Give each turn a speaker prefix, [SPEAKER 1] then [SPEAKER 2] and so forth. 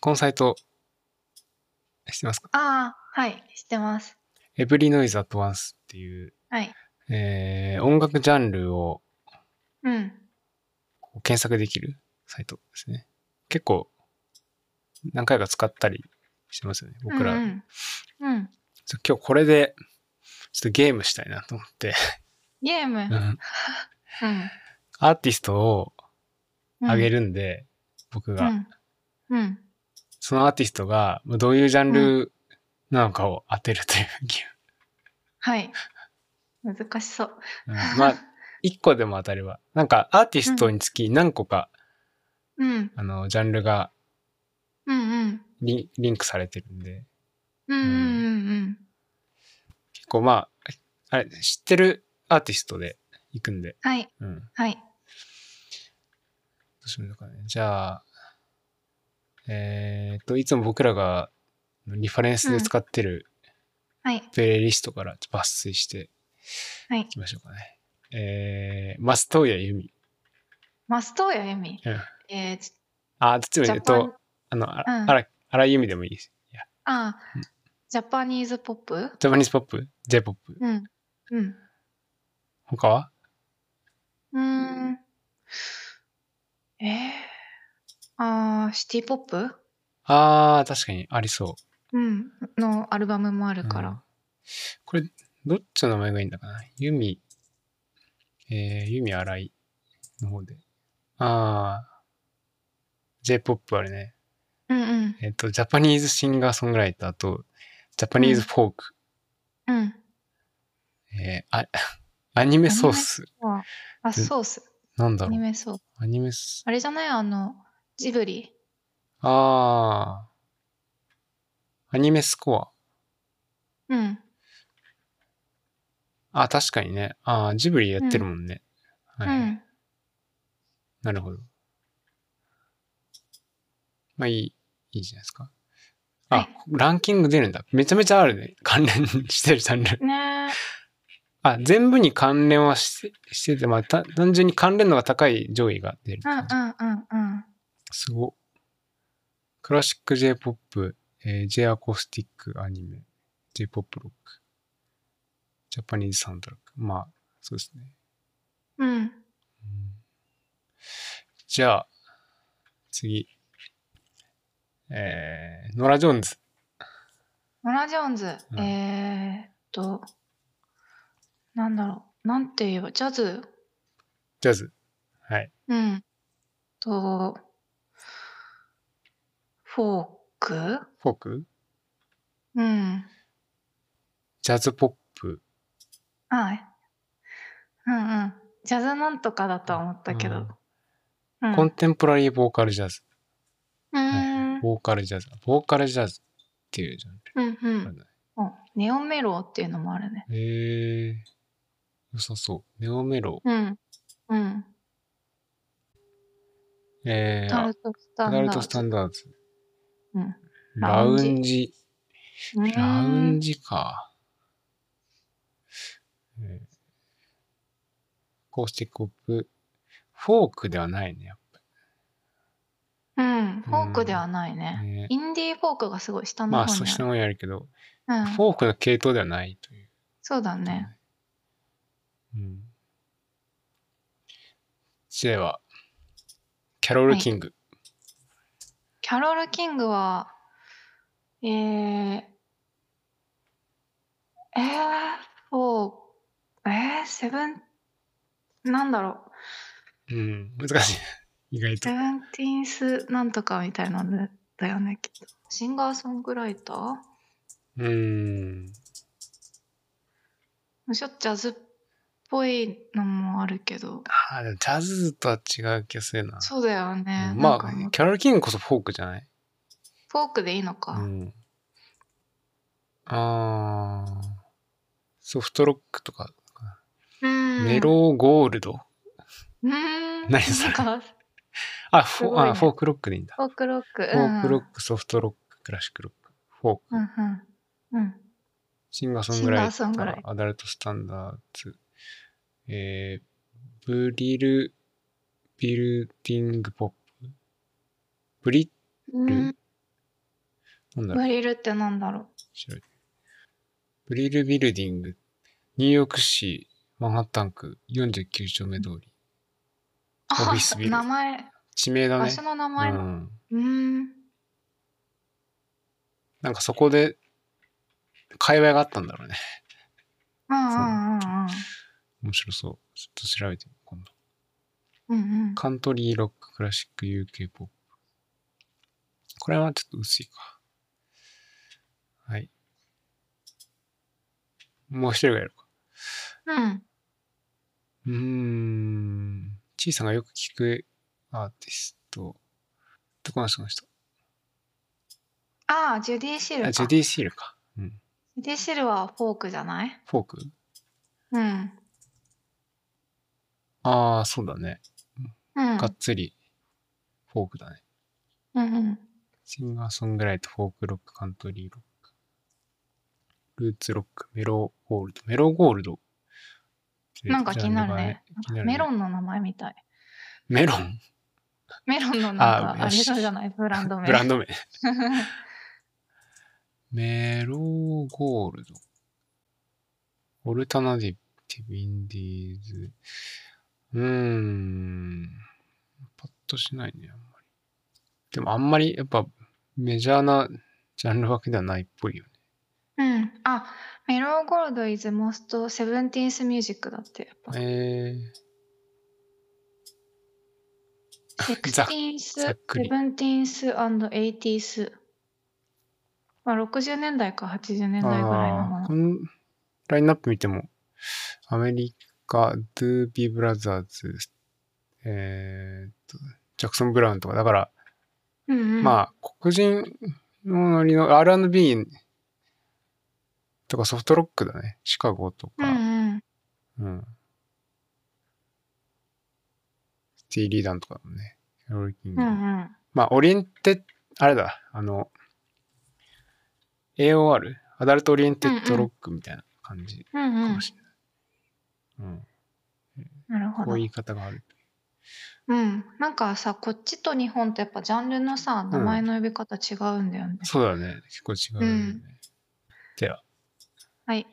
[SPEAKER 1] このサイト、知ってますか
[SPEAKER 2] ああ、はい、知ってます。
[SPEAKER 1] エブリノイズアットワンスっていう、
[SPEAKER 2] はい。
[SPEAKER 1] えー音楽ジャンルを
[SPEAKER 2] うん。
[SPEAKER 1] こう検索できるサイトですね。結構、何回か使ったりしてますよね。僕ら。
[SPEAKER 2] うん、うん。うん
[SPEAKER 1] そう今日これで、ちょっとゲームしたいなと思って、
[SPEAKER 2] ゲーム。うん。
[SPEAKER 1] アーティストを
[SPEAKER 2] うん
[SPEAKER 1] 上げ。るんで、僕
[SPEAKER 2] う
[SPEAKER 1] が、
[SPEAKER 2] ん。うん。
[SPEAKER 1] そのアーティストがまあどういうジャンルなのかを当てるというゲ
[SPEAKER 2] はい。難しそう。
[SPEAKER 1] ーム。うんまあ、一個でも当たれば。なんか、アーティストにつき何個か、
[SPEAKER 2] うん。
[SPEAKER 1] あの、ジャンルが
[SPEAKER 2] うんうん。
[SPEAKER 1] リンリンクされてるんで、
[SPEAKER 2] うんうんうんうん。
[SPEAKER 1] 結構まあ、あれ、知ってるアーティストで行くんで、
[SPEAKER 2] はい。
[SPEAKER 1] うん。ど
[SPEAKER 2] はい。
[SPEAKER 1] うしましょうかね。じゃあ、えーっと、いつも僕らがリファレンスで使ってる
[SPEAKER 2] はい。
[SPEAKER 1] プレイリストから抜粋して
[SPEAKER 2] はいい。
[SPEAKER 1] きましょうかね。えー、マストーヤユミ。
[SPEAKER 2] マストーヤユミ。
[SPEAKER 1] うん
[SPEAKER 2] えー、ジ
[SPEAKER 1] あ、どっちもいい
[SPEAKER 2] ャ
[SPEAKER 1] えっ
[SPEAKER 2] パ
[SPEAKER 1] と
[SPEAKER 2] ン、、
[SPEAKER 1] あの、あ
[SPEAKER 2] う
[SPEAKER 1] ら、
[SPEAKER 2] ん
[SPEAKER 1] あら荒井由実でもいいです。いや、
[SPEAKER 2] あ
[SPEAKER 1] うん
[SPEAKER 2] ー、ジャパニーズポップ
[SPEAKER 1] ジャパニーズポップ ?J-POP?
[SPEAKER 2] うん。うん。
[SPEAKER 1] 他は
[SPEAKER 2] うーん。えー、あー、シティポップ
[SPEAKER 1] あー、確かにありそう。
[SPEAKER 2] うん。のアルバムもあるか
[SPEAKER 1] うん
[SPEAKER 2] ら。
[SPEAKER 1] これ、どっちの名前がいいんだかなユミ、えー、ユミ荒井の方で。あー、J-POP あれね。
[SPEAKER 2] うんうん。
[SPEAKER 1] えっ、と、ジャパニーズシンガーソングライターと、ジャパニーズフォーク、
[SPEAKER 2] うん。
[SPEAKER 1] えーあ、 アニメソース。
[SPEAKER 2] ああ、そうっす。
[SPEAKER 1] なん
[SPEAKER 2] ア
[SPEAKER 1] だろ
[SPEAKER 2] ニ
[SPEAKER 1] う。
[SPEAKER 2] メそう。
[SPEAKER 1] アニメス。
[SPEAKER 2] あれじゃないあの、ジブリ。
[SPEAKER 1] あー。アニメスコ
[SPEAKER 2] うん。
[SPEAKER 1] ア。あ、確かにね。あージブリやってるもんね。
[SPEAKER 2] う
[SPEAKER 1] はい、
[SPEAKER 2] ん。
[SPEAKER 1] なるほど。まあいい、いいじゃないですか。あ、
[SPEAKER 2] はい
[SPEAKER 1] ランキング出るんだ。めちゃめちゃあるね。関連してるジャンル。
[SPEAKER 2] ね
[SPEAKER 1] あ、全部に関連はしてしてて、まあた単純に関連度が高い上位が出るって
[SPEAKER 2] え。うんう
[SPEAKER 1] 感じ。
[SPEAKER 2] んうんうん。
[SPEAKER 1] すごっ。クラシック J-POP、えー J アコースティックアニメ、J-POP ロック、ジャパニーズサウンドトラック。まあ、そうですね。
[SPEAKER 2] うん。
[SPEAKER 1] うんじゃあ、次。えー、ノラ・ジョーンズ。
[SPEAKER 2] ノラ・ジョーンズ。
[SPEAKER 1] うん
[SPEAKER 2] えーっと、なんだろう。なんて言えば、ジャズ
[SPEAKER 1] ジャズ。はい。
[SPEAKER 2] うん。と、フォーク
[SPEAKER 1] フォーク
[SPEAKER 2] うん。
[SPEAKER 1] ジャズポップ。
[SPEAKER 2] はい。うんうん。ジャズなんとかだとは思ったけど。うん。
[SPEAKER 1] コ
[SPEAKER 2] う
[SPEAKER 1] ンテンポラリーボーカルジャズ。
[SPEAKER 2] ーん。
[SPEAKER 1] ボーカルジャズ。ボーカルジャズっていうジャン
[SPEAKER 2] うんう
[SPEAKER 1] ル
[SPEAKER 2] ん。。おネオメロっていうのもあるね。
[SPEAKER 1] へえー。良さそう。ネオメロ。
[SPEAKER 2] うん。うん。
[SPEAKER 1] えー、
[SPEAKER 2] タルトスタ
[SPEAKER 1] ア
[SPEAKER 2] ンダ
[SPEAKER 1] ダ
[SPEAKER 2] ー
[SPEAKER 1] ル
[SPEAKER 2] ド。
[SPEAKER 1] トスタンダード。
[SPEAKER 2] うん
[SPEAKER 1] ラ
[SPEAKER 2] ラ
[SPEAKER 1] ウ
[SPEAKER 2] ウ
[SPEAKER 1] ン
[SPEAKER 2] ン
[SPEAKER 1] ジ。
[SPEAKER 2] うーん
[SPEAKER 1] ラウンジか。えーコースティックオップ。フォークではないね。やっ
[SPEAKER 2] うん。フォークではない
[SPEAKER 1] ぱ
[SPEAKER 2] ね。
[SPEAKER 1] ね
[SPEAKER 2] インディーフォークがすごい下の
[SPEAKER 1] ま
[SPEAKER 2] 方
[SPEAKER 1] あ、
[SPEAKER 2] にある。
[SPEAKER 1] そしてもやるけど、
[SPEAKER 2] うん。
[SPEAKER 1] フォークの系統ではないという。
[SPEAKER 2] そうだね。
[SPEAKER 1] うん。では、キャロル・キング。
[SPEAKER 2] キャロル・キングは、えー、えー、フォー、えー、セブン、なんだろう、
[SPEAKER 1] うん。難しい。意 外と
[SPEAKER 2] セ。ブンティーンスなんとかみたいなのだよね、きっと。シンガーソングライター
[SPEAKER 1] うん。
[SPEAKER 2] ちょっとジャズっぽいのもあるけど、
[SPEAKER 1] あーでもジャズとは違う気がするな。
[SPEAKER 2] そうだよ
[SPEAKER 1] う
[SPEAKER 2] ね。
[SPEAKER 1] ん
[SPEAKER 2] なん
[SPEAKER 1] ま
[SPEAKER 2] かも
[SPEAKER 1] あ
[SPEAKER 2] う、
[SPEAKER 1] キャロル・キングこそフォークじゃない
[SPEAKER 2] フォークでいいのか。
[SPEAKER 1] うん。あーソフトロックとか、
[SPEAKER 2] うん
[SPEAKER 1] メロゴールド。
[SPEAKER 2] うーん。
[SPEAKER 1] 何それ
[SPEAKER 2] なんか
[SPEAKER 1] あ、フォ
[SPEAKER 2] すごいね
[SPEAKER 1] あフォークロックでいいんだ。
[SPEAKER 2] フォークロック。
[SPEAKER 1] フォークロッ
[SPEAKER 2] ク。
[SPEAKER 1] ク、ソフトロック、クラシックロック、フォーク、
[SPEAKER 2] うんうん。うん。
[SPEAKER 1] シンガーソングライ
[SPEAKER 2] シ
[SPEAKER 1] タ
[SPEAKER 2] ンガーソングライ
[SPEAKER 1] ー、アダルトスタンダーズ、えー、ブリル、ビルディングポップ、ブリ
[SPEAKER 2] うん
[SPEAKER 1] なんだろう
[SPEAKER 2] ブリルってなんだろ
[SPEAKER 1] 白い。ブリルビルディング、ニューヨーク市マンハッタン区49丁目通り。
[SPEAKER 2] う。
[SPEAKER 1] オフィスビル
[SPEAKER 2] あ名前、
[SPEAKER 1] 地名だ
[SPEAKER 2] 場
[SPEAKER 1] ね。
[SPEAKER 2] 所の名
[SPEAKER 1] う
[SPEAKER 2] 前の。
[SPEAKER 1] ん。
[SPEAKER 2] うーん。
[SPEAKER 1] なんかそこで、会話があったんだろうね。
[SPEAKER 2] うんうんうん
[SPEAKER 1] 面白そう。ちょっと調べてみよう今度。
[SPEAKER 2] うん。うんうん。
[SPEAKER 1] カントリーロッククラシック UK ポップ。これはちょっと薄いか。はい。もう一人がやるか。
[SPEAKER 2] うん。
[SPEAKER 1] うーん。ちいさんがよく聞くアーティスト。どこの人の人
[SPEAKER 2] ああ、ジュディ・シルか。
[SPEAKER 1] あ、ジュディ・シールか。うん。
[SPEAKER 2] ジュディ・シルはフォークじゃない
[SPEAKER 1] フォーク
[SPEAKER 2] うん。
[SPEAKER 1] ああ、そうだね。
[SPEAKER 2] うん。
[SPEAKER 1] がっつり、フォークだね。
[SPEAKER 2] うんうん。
[SPEAKER 1] シンガーソングライト、フォークロック、カントリーロック、ルーツロック、メローゴールド。メローゴールド。
[SPEAKER 2] なんか気になるね。
[SPEAKER 1] ジャンルが気になるね
[SPEAKER 2] メロンの名前みたい。
[SPEAKER 1] メロン
[SPEAKER 2] メロンのなん
[SPEAKER 1] あ
[SPEAKER 2] か
[SPEAKER 1] ー
[SPEAKER 2] あれそうじゃないブランド名。
[SPEAKER 1] ブラン ド名。メローゴールド。オルタナティブ、インディーズ。うーん。パッとしないね、あんまり。でもあんまりやっぱメジャーなジャンルわけではないっぽいよね。
[SPEAKER 2] うん。あ、メローゴールドイズモストセブンティーンスミュージックだって。やっぱ
[SPEAKER 1] えー。
[SPEAKER 2] セクテ
[SPEAKER 1] ざっ
[SPEAKER 2] ィーンス、
[SPEAKER 1] ざっ
[SPEAKER 2] セ
[SPEAKER 1] くり
[SPEAKER 2] ブンティーンスエイティース。まあ、60年代か80年代ぐらいのも
[SPEAKER 1] あー
[SPEAKER 2] の
[SPEAKER 1] こ。のラインナップ見ても、アメリカ、ドゥービーブラザーズ、えーっと、ジャクソン・ブラウンとか、だから、
[SPEAKER 2] うんうん、
[SPEAKER 1] まあ、黒人のノリの R&B とかソフトロックだね。シカゴと
[SPEAKER 2] うん
[SPEAKER 1] か、
[SPEAKER 2] うん。
[SPEAKER 1] うん。スティーリーダンとかもね。キャロルキング
[SPEAKER 2] うんうん。
[SPEAKER 1] まあ、オリエンテッ、あれだ、あの、AOR、アダルトオリエンテッドロックみたいな感じ
[SPEAKER 2] う
[SPEAKER 1] か
[SPEAKER 2] んうん
[SPEAKER 1] も。しれない。うん。
[SPEAKER 2] なるほ
[SPEAKER 1] こ
[SPEAKER 2] ど
[SPEAKER 1] ういう言。い方がある。
[SPEAKER 2] うん。なんかさ、こっちと日本ってやっぱジャンルのさ、名前の呼び方違うんだよね。
[SPEAKER 1] そうだね。結構違うよね、
[SPEAKER 2] うん
[SPEAKER 1] では、
[SPEAKER 2] はい。